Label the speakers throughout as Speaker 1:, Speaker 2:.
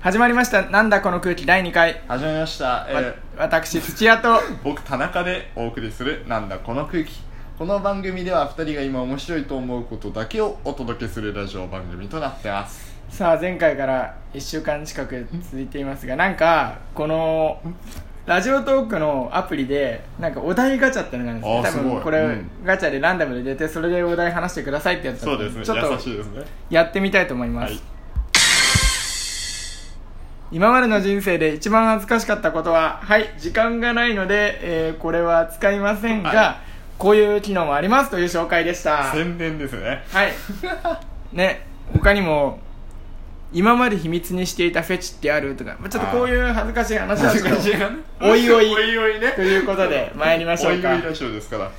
Speaker 1: 始まりました「なんだこの空気」第2回、
Speaker 2: 始まりました、え
Speaker 1: わ
Speaker 2: ー
Speaker 1: 私土屋 と
Speaker 2: 僕田中でお送りする「なんだこの空気」この番組では2人が今面白いと思うことだけをお届けするラジオ番組となってます
Speaker 1: さあ前回から1週間近く続いていますがなんかこのラジオトークのアプリでなんかお題ガチャってのがあるんですね
Speaker 2: あー
Speaker 1: 多
Speaker 2: すご
Speaker 1: 分
Speaker 2: い
Speaker 1: これ、
Speaker 2: うん
Speaker 1: ガチャでランダムで出てそれでお題話してくださいってやつだ
Speaker 2: そ
Speaker 1: っ
Speaker 2: う
Speaker 1: た
Speaker 2: で
Speaker 1: ん
Speaker 2: す
Speaker 1: で
Speaker 2: ね
Speaker 1: ちょっ
Speaker 2: 優
Speaker 1: と
Speaker 2: しいですね
Speaker 1: やってみたいと思います、
Speaker 2: はい
Speaker 1: 今までの人生で一番恥ずかしかったことははい時間がないので、えーこれは使いませんが、
Speaker 2: は
Speaker 1: こういう機能もありますという紹介でした
Speaker 2: 宣伝ですね
Speaker 1: はい。ね、他にも、今まで秘密にしていたフェチってあるとか、まあちょっとこういう恥ずかしい話なんですけど、おいおい
Speaker 2: おいおいね
Speaker 1: ということで、参りましょう
Speaker 2: お
Speaker 1: か
Speaker 2: いおい。ラジオですから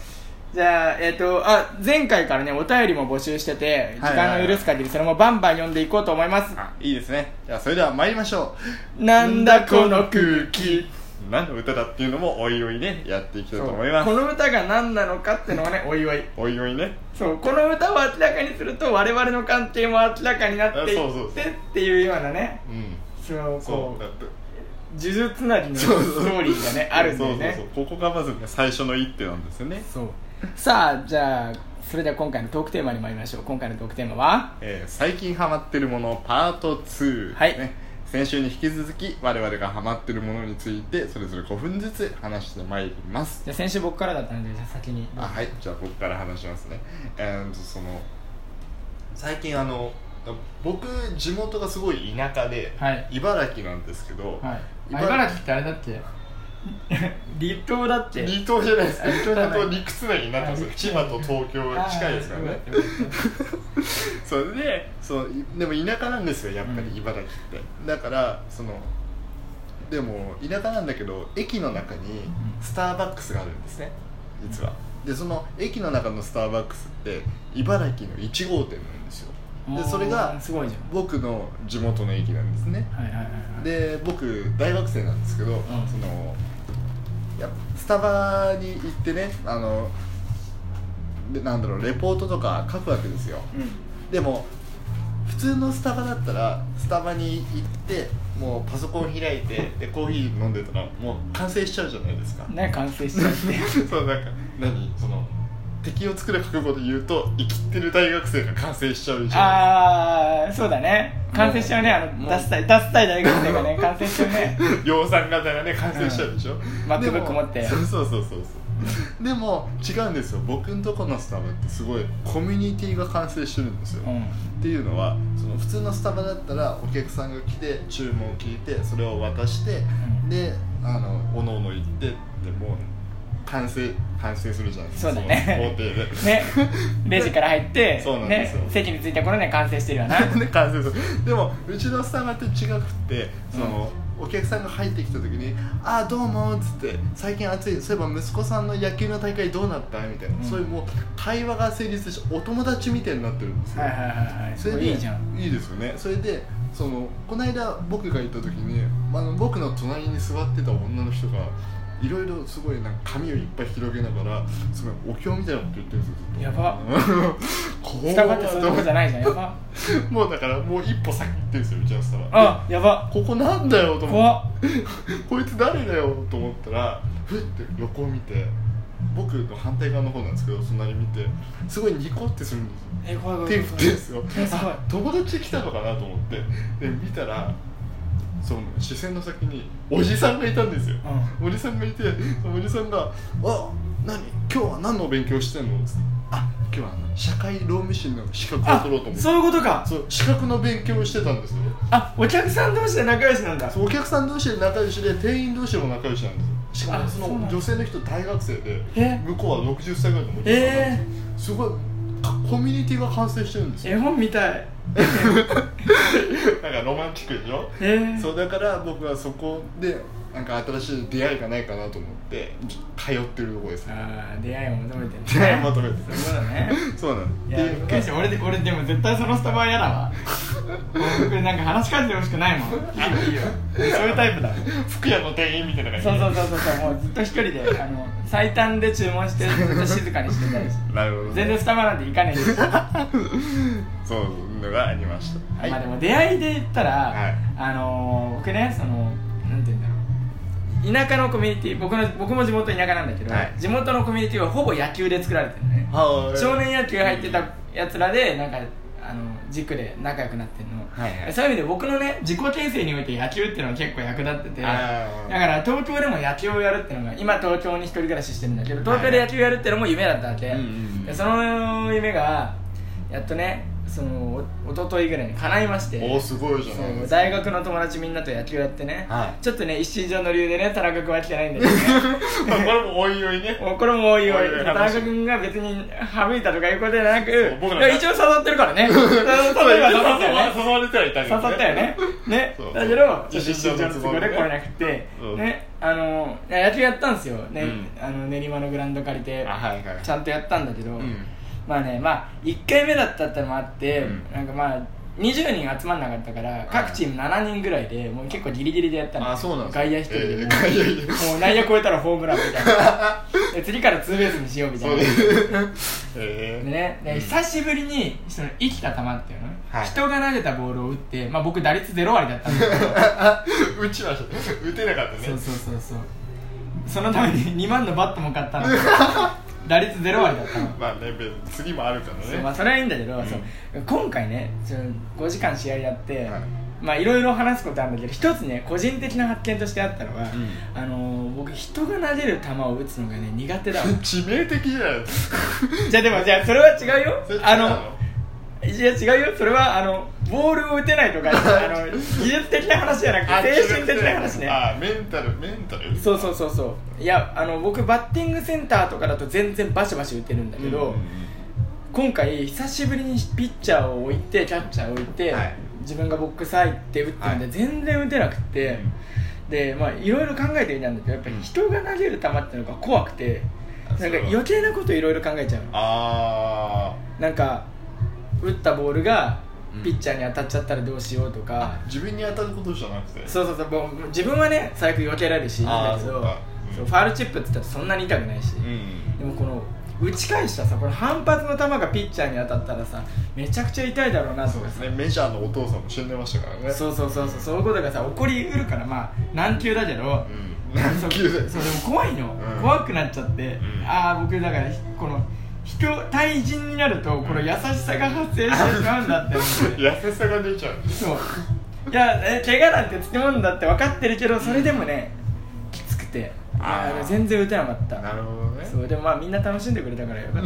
Speaker 1: じゃあ、えっ、と、あ、前回からね、お便りも募集してて、時
Speaker 2: はいはいはい
Speaker 1: 間が許す限り、それもバンバン読んでいこうと思います。
Speaker 2: あいいですねじゃあそれでは参りましょ
Speaker 1: なんだこの空気。
Speaker 2: う何の歌だっていうのもおいおいねやっていきたい
Speaker 1: そ
Speaker 2: と
Speaker 1: う
Speaker 2: 思いま
Speaker 1: こ
Speaker 2: す
Speaker 1: の歌が何なのかってのはね、おいおい。
Speaker 2: おいおいね
Speaker 1: そう、この歌を明らかにすると、我々の関係も明らかになってい
Speaker 2: あそうそう
Speaker 1: っ
Speaker 2: そ
Speaker 1: て
Speaker 2: う
Speaker 1: っていうようなね、
Speaker 2: うん
Speaker 1: そう、
Speaker 2: そ
Speaker 1: こ
Speaker 2: う
Speaker 1: う
Speaker 2: だ。って
Speaker 1: 呪術つなぎのストーリーがねあるんだよね
Speaker 2: そうそうそうここがまずね最初の一手なんですよね
Speaker 1: そうさあじゃあそれでは今回のトークテーマに参りましょう今回のトークテーマは
Speaker 2: えー最近ハマってるものパート2、
Speaker 1: はい
Speaker 2: ね、先週に引き続き我々がハマってるものについてそれぞれ5分ずつ話してまいります
Speaker 1: じゃあ先週僕からだったのでじゃあ先に
Speaker 2: あはいじゃあ僕から話しますねえー、とその最近あの僕地元がすごい田舎で、
Speaker 1: はい
Speaker 2: 茨城なんですけど、
Speaker 1: はい
Speaker 2: 茨
Speaker 1: あ茨城
Speaker 2: 城
Speaker 1: ってあれだって 離島だって
Speaker 2: 離島じゃないですか
Speaker 1: 離島じゃない
Speaker 2: 離島陸つなぎになってますよ
Speaker 1: あ
Speaker 2: 千葉と東京近いですからね
Speaker 1: あーよかったよかっ
Speaker 2: それでそういでも田舎なんですよやっぱ
Speaker 1: うん
Speaker 2: り茨城って、だからそのでも田舎なんだけど駅の中に
Speaker 1: ん
Speaker 2: スターバックスがあるんですね実はでその駅の中のスターバックスって茨城の1号店なんですよ
Speaker 1: た
Speaker 2: でそれ
Speaker 1: おー
Speaker 2: が
Speaker 1: すごいじゃ
Speaker 2: 僕の地元の駅なんですね
Speaker 1: んはいはいはいはい
Speaker 2: で僕大学生なんですけど、そのいやスタバに行ってねあのでなんだろうレポートとか書くわけですよ、
Speaker 1: うん
Speaker 2: でも普通のスタバだったらスタバに行ってもうパソコン開いてでコーヒー飲んでたらもう完成しちゃうじゃないですか
Speaker 1: ね完成しちゃって
Speaker 2: そうなんか何その敵を作る覚悟で言うと生きてる大学生が完成しちゃうじゃ
Speaker 1: ああそうだね完成しちゃうねあ
Speaker 2: も
Speaker 1: の出
Speaker 2: う
Speaker 1: したい出したい大学生がね完成しちゃうね
Speaker 2: ないですか量産型がね完成しちゃうでしょ、でも
Speaker 1: MacBook 持って
Speaker 2: そうそうそうそうそうでも違うんですよ僕んとこのスタバってすごいコミュニティが完成してるんですよ、
Speaker 1: うん
Speaker 2: っていうのはその普通のスタバだったらお客さんが来て注文を聞いてそれを渡して、
Speaker 1: うん
Speaker 2: であのおのおの行ってでもう完成完成するじゃないですか
Speaker 1: そうだね
Speaker 2: の工程で
Speaker 1: ね、レジから入って、
Speaker 2: そうなんです
Speaker 1: ね
Speaker 2: よ、
Speaker 1: 席に着いた頃には完成して るよな。
Speaker 2: で完成するでもうちのスタバって違くってその、お客さんが入ってきた時に「ああどうも」っつって「最近暑いそういえば息子さんの野球の大会どうなった?」みたいな、
Speaker 1: うん
Speaker 2: そういうもう会話が成立してお友達みたいになってるんですよ、
Speaker 1: はいはいはいはい、
Speaker 2: そ
Speaker 1: そ
Speaker 2: れ
Speaker 1: れ
Speaker 2: で
Speaker 1: いいじゃん。
Speaker 2: いいですよねそれでそのこの間僕が行った時にあの僕の隣に座ってた女の人がいろいろすごいなんか髪をいっぱい広げながらすごいお経みたいなこと言ってるんですよずっと
Speaker 1: やば
Speaker 2: 怖
Speaker 1: ス
Speaker 2: い
Speaker 1: タバってそういうとこじゃないじゃん、やば。
Speaker 2: もうだからもう一歩先行ってるん ですようちのスタバ
Speaker 1: あ、やば。
Speaker 2: ここなんだよと思って
Speaker 1: 怖っ。
Speaker 2: こいつ誰だよと思ったらふって横を見て僕の反対側の方なんですけどそんなに見てすごいニコってするんです
Speaker 1: え、
Speaker 2: よ
Speaker 1: 怖い怖
Speaker 2: 手
Speaker 1: い
Speaker 2: 振っ
Speaker 1: 怖
Speaker 2: て
Speaker 1: い
Speaker 2: んですよ
Speaker 1: えすごい
Speaker 2: あ友達来たのかなと思ってで見たらその視線の先におじさんがいたんですよ、おじさんがいてそのおじさんが「あ何今日は何の勉強してんの?」っつって「あ今日はあの社会労務士の資格を
Speaker 1: あ
Speaker 2: 取ろうと思っ、て
Speaker 1: そういうことか。
Speaker 2: そう資格の勉強をしてたんですよ
Speaker 1: あ、お客さん同士で仲良しなんだ。
Speaker 2: そうお客さん同士で仲良しで店員同士でも仲良しなんですよしかも
Speaker 1: あ
Speaker 2: その
Speaker 1: そうなんだ
Speaker 2: 女性の人大学生で
Speaker 1: え
Speaker 2: 向こうは60歳ぐらいのおじさんなん
Speaker 1: え
Speaker 2: ですよすごいかコミュニティが完成してるんですよ
Speaker 1: 絵本みたい。
Speaker 2: なんかロマンチックでしょ
Speaker 1: えー、
Speaker 2: そうだから僕はそこでなんか新しい出会いがないかなと思って通ってるとこですね
Speaker 1: あー出会いを求めてる、ね。
Speaker 2: 出会い求めてる
Speaker 1: そうだね。
Speaker 2: そうなん
Speaker 1: い
Speaker 2: で
Speaker 1: や、
Speaker 2: す
Speaker 1: マジ俺で、俺でも絶対そのスタバは嫌だわ。僕なんか話しかけてほしくないもん。いいよ、いいよ。そういうタイプだ。
Speaker 2: 服屋の店員みたいな
Speaker 1: そうそう
Speaker 2: う
Speaker 1: そうそうそうもうずっと一人であの最短で注文してずっと静かにしてたりして
Speaker 2: なるほど
Speaker 1: 全然スタバなんて行かねえし
Speaker 2: そうのがありましたはい
Speaker 1: まあでも出会いで言ったら、
Speaker 2: はい
Speaker 1: あのー僕ねそのなんて言うんだろう田舎のコミュニティ僕の僕も地元田舎なんだけど、
Speaker 2: はい
Speaker 1: 地元のコミュニティはほぼ野球で作られてるのね
Speaker 2: は
Speaker 1: 少年野球入ってたやつらでなんかあの軸で仲良くなってるの、
Speaker 2: はいはい
Speaker 1: そういう意味で僕のね自己形成において野球っていうのは結構役立っててだ
Speaker 2: あー
Speaker 1: から東京でも野球をやるっていうのが今東京に一人暮らししてるんだけど東京で野球やるっていうのも夢だったわけ、
Speaker 2: はいはいうんうんうん
Speaker 1: でその夢がやっとねそのお一昨日ぐらいに叶いまして
Speaker 2: おおすごいじゃな
Speaker 1: そ
Speaker 2: いで
Speaker 1: う
Speaker 2: すか
Speaker 1: 大学の友達みんなと野球やってね、
Speaker 2: はい
Speaker 1: ちょっとね一以上の理由でね田中君は来てないんだけどね
Speaker 2: まあこれもおいおいね
Speaker 1: もうこれもおいおい
Speaker 2: おいおい
Speaker 1: 田中君が別に省いたとかいうことじゃなく
Speaker 2: そう僕らが
Speaker 1: いや一応誘ってるからね 誘って
Speaker 2: 誘
Speaker 1: は誘ったよね
Speaker 2: われてはいたけ
Speaker 1: 誘
Speaker 2: ど
Speaker 1: ったよねね
Speaker 2: そう
Speaker 1: だけどちょっと
Speaker 2: 一
Speaker 1: 一
Speaker 2: 心
Speaker 1: 緒
Speaker 2: 上の
Speaker 1: の
Speaker 2: 都
Speaker 1: 都
Speaker 2: 合
Speaker 1: 合
Speaker 2: でね
Speaker 1: で来れなくて
Speaker 2: うん
Speaker 1: ねあのいや野球やったんですよね
Speaker 2: うん
Speaker 1: あの練馬のグラウンド借りて
Speaker 2: あはいはい
Speaker 1: ちゃんとやったんだけど
Speaker 2: うん
Speaker 1: まあねまあ1回目だったってのもあって
Speaker 2: うん
Speaker 1: なんかまあ20人集まんなかったから各チーム7人ぐらいでもう結構ギリギリでやったの
Speaker 2: あそうなんですか
Speaker 1: 外野1人で
Speaker 2: え
Speaker 1: も
Speaker 2: ー
Speaker 1: う
Speaker 2: 外野一人
Speaker 1: もう内野超えたらホームランみたい なで次からツーベースにしようみた
Speaker 2: そう
Speaker 1: いな
Speaker 2: です え
Speaker 1: で
Speaker 2: ー
Speaker 1: ねで久しぶりにその生きた球っていうの、
Speaker 2: はい
Speaker 1: 人が投げたボールを打って、まあ、僕打率0割だったんだ けど
Speaker 2: 打ちました打てなかった
Speaker 1: そう
Speaker 2: ね
Speaker 1: そうそうそうそのために2万のバットも買 ったの打率0割だったの、
Speaker 2: まあね別に次もあるか
Speaker 1: そうま
Speaker 2: ら
Speaker 1: あ、
Speaker 2: ね
Speaker 1: それはいいんだけど、
Speaker 2: ん
Speaker 1: そう今回ねその5時間試合やって、
Speaker 2: はい
Speaker 1: まあいろいろ話すことあるんだけど一つね個人的な発見としてあったのは、
Speaker 2: ん
Speaker 1: あのー僕人が投げる球を打つのがね苦手だわ
Speaker 2: 致命的じゃないですか
Speaker 1: じゃあでもじゃあそれは違うよ
Speaker 2: それ違う
Speaker 1: あ のいや違うよそれはあのボールを打てない とかあの技術的な話じゃな
Speaker 2: あ
Speaker 1: くて精神的な話ね
Speaker 2: あメンタルメンタル
Speaker 1: そうそうそうそういやあの僕バッティングセンターとかだと全然バシバシ打てるんだけど、
Speaker 2: うんうんうん
Speaker 1: 今回久しぶりにピッチャーを置いてキャッチャーを置いて、
Speaker 2: はい
Speaker 1: 自分がボックス入って打ったんで、
Speaker 2: はい
Speaker 1: 全然打てなくて、でまあいろいろ考えてみたんだけどやっぱり人が投げる球っていうのが怖くて、
Speaker 2: あ
Speaker 1: なん
Speaker 2: そ
Speaker 1: か
Speaker 2: う
Speaker 1: 余計なこといろいろ考えちゃうの
Speaker 2: あ
Speaker 1: なんか打ったボールが
Speaker 2: うん
Speaker 1: ピッチャーに当たっちゃったらどうしようとか、
Speaker 2: あ自分に当たることじゃなくて
Speaker 1: そうそうそうもう自分はね最悪避けられるしいいんだけ
Speaker 2: あーそ
Speaker 1: ど
Speaker 2: うかうん
Speaker 1: そうファールチップって言ったらそんなに痛くないし、
Speaker 2: うん
Speaker 1: でもこの打ち返したさこの反発の球がピッチャーに当たったらさめちゃくちゃ痛いだろうなと
Speaker 2: そう
Speaker 1: か
Speaker 2: です
Speaker 1: さ
Speaker 2: ねメジャーのお父さんも死んでましたからね
Speaker 1: そうそうそうそうそういうことがさ起こりうるからまあ難級だけ ど、
Speaker 2: うん 何球だよ
Speaker 1: そうでも怖いの、
Speaker 2: うん
Speaker 1: 怖くなっちゃって、
Speaker 2: ん
Speaker 1: ああ僕だからひこの人対人になるとこの優しさが発生してしまうんだって思って
Speaker 2: 優しさが出ちゃう
Speaker 1: そういやえ怪我なんてつきもんだって分かってるけどそれでもねきつくて
Speaker 2: あー
Speaker 1: いや全然打てなかった
Speaker 2: なるほどね
Speaker 1: そうでもまあみんな楽しんでくれたからよかっ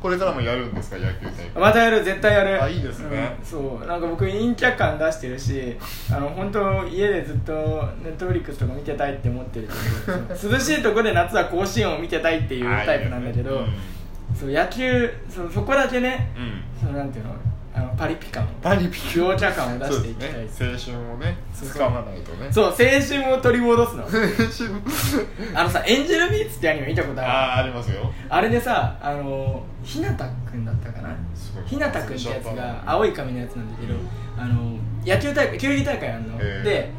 Speaker 2: これからもやるんですか野球大
Speaker 1: た
Speaker 2: 会
Speaker 1: またやる絶対やる
Speaker 2: あいいですね
Speaker 1: うんそうなんか僕陰キャ感出してる しあの本当家でずっとネットフリックスとか見てたいって思ってる けどそう涼しいとこで夏は甲子園を見てたいっていうタイプなんだけど
Speaker 2: あいいね
Speaker 1: そう野球そうそこだけね
Speaker 2: うんうん
Speaker 1: そのなんていうのあのパリピ感を
Speaker 2: パリピ
Speaker 1: 陽キャ感を出
Speaker 2: そう
Speaker 1: して
Speaker 2: で
Speaker 1: い
Speaker 2: す
Speaker 1: きたい
Speaker 2: ね青春をね
Speaker 1: そうそう
Speaker 2: 掴まないとね
Speaker 1: そう青春を取り戻すの
Speaker 2: 青春
Speaker 1: あのさ「エンジェルビーツ」ってアニメ見たこと
Speaker 2: あ
Speaker 1: ある
Speaker 2: あありますよ
Speaker 1: あれでさあのひなたくんだったかな
Speaker 2: すごい
Speaker 1: ひなたくんってやつが青い髪のやつなんだけど
Speaker 2: うん
Speaker 1: あの野球大会球技大会やるの
Speaker 2: へー
Speaker 1: で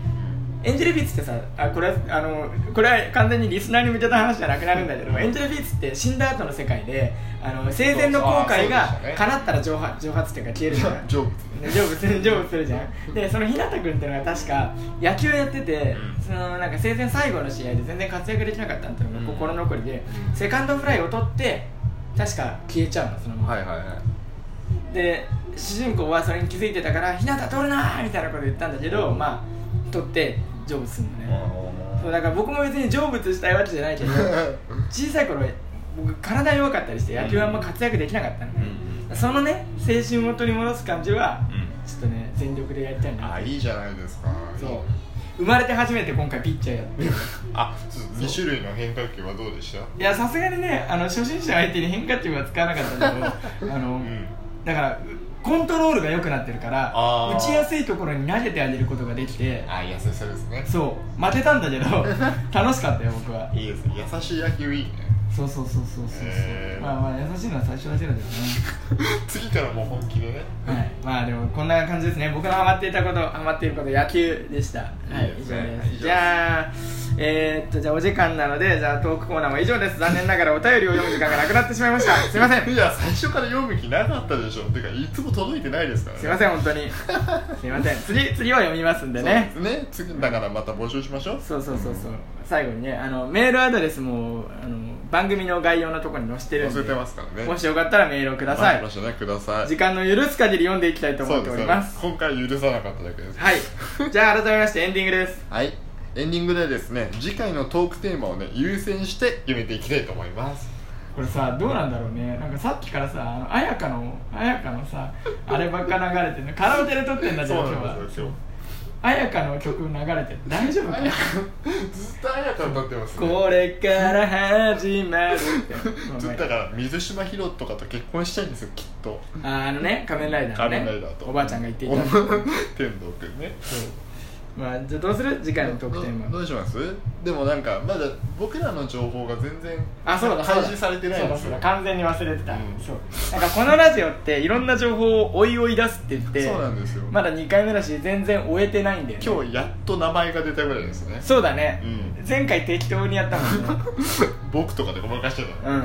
Speaker 1: エンジェルビーツってさあこれはあのこれは完全にリスナーに向けた話じゃなくなるんだけどエンジェルビーツって死んだ後の世界であの生前の後悔
Speaker 2: そうそうあーそうでし
Speaker 1: が
Speaker 2: たね
Speaker 1: 叶ったら蒸発蒸発っていうか消えるじゃ ん
Speaker 2: 成仏
Speaker 1: ね成 仏成仏するじゃんでその日向君っていうのが確か野球やってて、
Speaker 2: うん
Speaker 1: そのなんか生前最後の試合で全然活躍できなかったっていうの
Speaker 2: うん
Speaker 1: が心残りで、
Speaker 2: うん
Speaker 1: セカンドフライを取って確か消えちゃうのそのまま、
Speaker 2: いはいはい
Speaker 1: で主人公はそれに気づいてたから「日向取るな!」みたいなこと言ったんだけどまあ取って成仏するのね、そうだから僕も別に成仏したいわけじゃない けど小さい頃僕体弱かったりして野球はあんま活躍できなかったのね、そのね青春を取り戻す感じは、ちょっとね全力でやりたいな
Speaker 2: あいいじゃないですか
Speaker 1: そう生まれて初めて今回ピッチャーやって
Speaker 2: あそう2種類の変化球はどうでした
Speaker 1: いやさすがにねあの初心者相手に変化球は使わなかった けどあの、
Speaker 2: うん
Speaker 1: だからうコントロールが良くなってるから
Speaker 2: あー
Speaker 1: 打ちやすいところに投げてあげることができて
Speaker 2: あ優しさですね
Speaker 1: そう負けたんだけど楽しかったよ僕はい
Speaker 2: いですね優しい野球いいね
Speaker 1: そうそうそうそうそうそう、
Speaker 2: へー
Speaker 1: まあまあ優しいのは最初だけだけどね
Speaker 2: 次からもう本気でね
Speaker 1: はいまあでもこんな感じですね僕のハマっていたことハマっていること野球でしたはい
Speaker 2: いい
Speaker 1: 以
Speaker 2: です
Speaker 1: 上
Speaker 2: ね
Speaker 1: で
Speaker 2: 以上です
Speaker 1: すじゃあえー、っとじゃあお時間なのでじゃあトークコーナーも以上です残念ながらお便りを読む時間がなくなってしまいましたすいません
Speaker 2: いや最初から読む気なかったでしょてかいつも届いてないですからね
Speaker 1: すいません本 当にすいません次次は読みますんでね
Speaker 2: そうですね次だからまた募集しましょう
Speaker 1: そうそうそうそう最後にねあのメールアドレスもあの番組の概要のところに載せてるんで
Speaker 2: 載せてますからね
Speaker 1: もしよかったらメールをください、
Speaker 2: ましたねください
Speaker 1: 時間の許す限り読んでいきたいと思っております
Speaker 2: そうです今回許さなかっただけです
Speaker 1: はいじゃあ改めましてエンディングです
Speaker 2: はいエンディングでですね次回のトークテーマをね優先して決めていきたいと思います
Speaker 1: これさどうなんだろうねなんかさっきからさあの彩香の彩香のさあればっか流れてるのカラオケで撮ってんだじゃん今日は
Speaker 2: ですよ
Speaker 1: 彩香の曲流れてる大丈夫か
Speaker 2: 今日ずっとあやか歌ってますね
Speaker 1: これから始まるって
Speaker 2: ずっとだから水島ひろとかと結婚したいんですよきっと
Speaker 1: ああのね仮面ライダーの
Speaker 2: 仮
Speaker 1: ね
Speaker 2: 面ライダーと
Speaker 1: おばあちゃんが言っていた
Speaker 2: お
Speaker 1: そう
Speaker 2: 天童くんね
Speaker 1: まあじゃあどうする次回の特典
Speaker 2: どど
Speaker 1: は
Speaker 2: うしますでもなんかまだ僕らの情報が全然
Speaker 1: あそうだそうだ
Speaker 2: 開示されてない
Speaker 1: そ
Speaker 2: ん
Speaker 1: う
Speaker 2: で
Speaker 1: だ
Speaker 2: す
Speaker 1: そう
Speaker 2: よ
Speaker 1: だ完全に忘れてた、
Speaker 2: うん
Speaker 1: そうなんかこのラジオっていろんな情報を追い追い出すって言って
Speaker 2: そうなんですよ
Speaker 1: まだ2回目だし全然終えてないんだよね
Speaker 2: 今日やっと名前が出たぐらいですね
Speaker 1: そうだね、
Speaker 2: うん
Speaker 1: 前回適当にやったもん ね
Speaker 2: 僕とかでごまかしてた、
Speaker 1: うん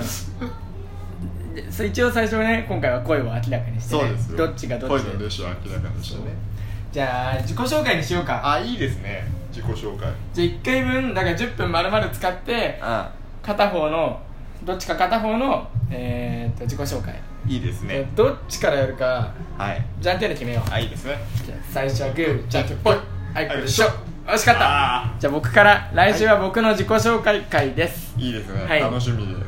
Speaker 1: でそう一応最初ね今回は声を明らかにして、ね、
Speaker 2: そうですよ
Speaker 1: どっちがどっち
Speaker 2: 恋の
Speaker 1: で
Speaker 2: 弟子は明らかでしたね
Speaker 1: じゃあ自己紹介にしようか
Speaker 2: あいいですね自己紹介
Speaker 1: じゃあ1回分だから10分丸々使って
Speaker 2: あ
Speaker 1: 片方のどっちか片方の、えーっと自己紹介、
Speaker 2: いいですね
Speaker 1: どっちからやるか
Speaker 2: はい
Speaker 1: じゃんけんで決めよう、
Speaker 2: あいいですね
Speaker 1: じゃあ最初はグーじゃんけんぽいはいこれでしょ
Speaker 2: はい
Speaker 1: 惜しかっ
Speaker 2: あ
Speaker 1: たじゃあ僕から来週は僕の自己紹介会です、
Speaker 2: いいですね、
Speaker 1: はい
Speaker 2: 楽しみです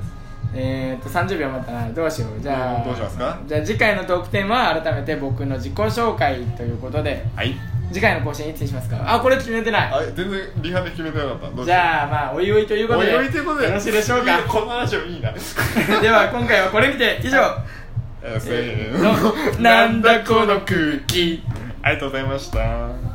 Speaker 1: えーっと30秒待ったなどうしようじゃあ
Speaker 2: どうしますか
Speaker 1: じゃあ次回のトークテーマは改めて僕の自己紹介ということで
Speaker 2: はい
Speaker 1: 次回の更新いつにしますかあこれ決めてない
Speaker 2: あ全然リハで決めてなかったどう
Speaker 1: じゃあまあおいおいということ
Speaker 2: お
Speaker 1: で
Speaker 2: いおいということで
Speaker 1: よろしいでしょうか
Speaker 2: いい この話はいいな
Speaker 1: では今回はこれにて以上
Speaker 2: えーせ
Speaker 1: え
Speaker 2: ー
Speaker 1: ーの
Speaker 2: の
Speaker 1: なんだこの空気
Speaker 2: ありがとうございました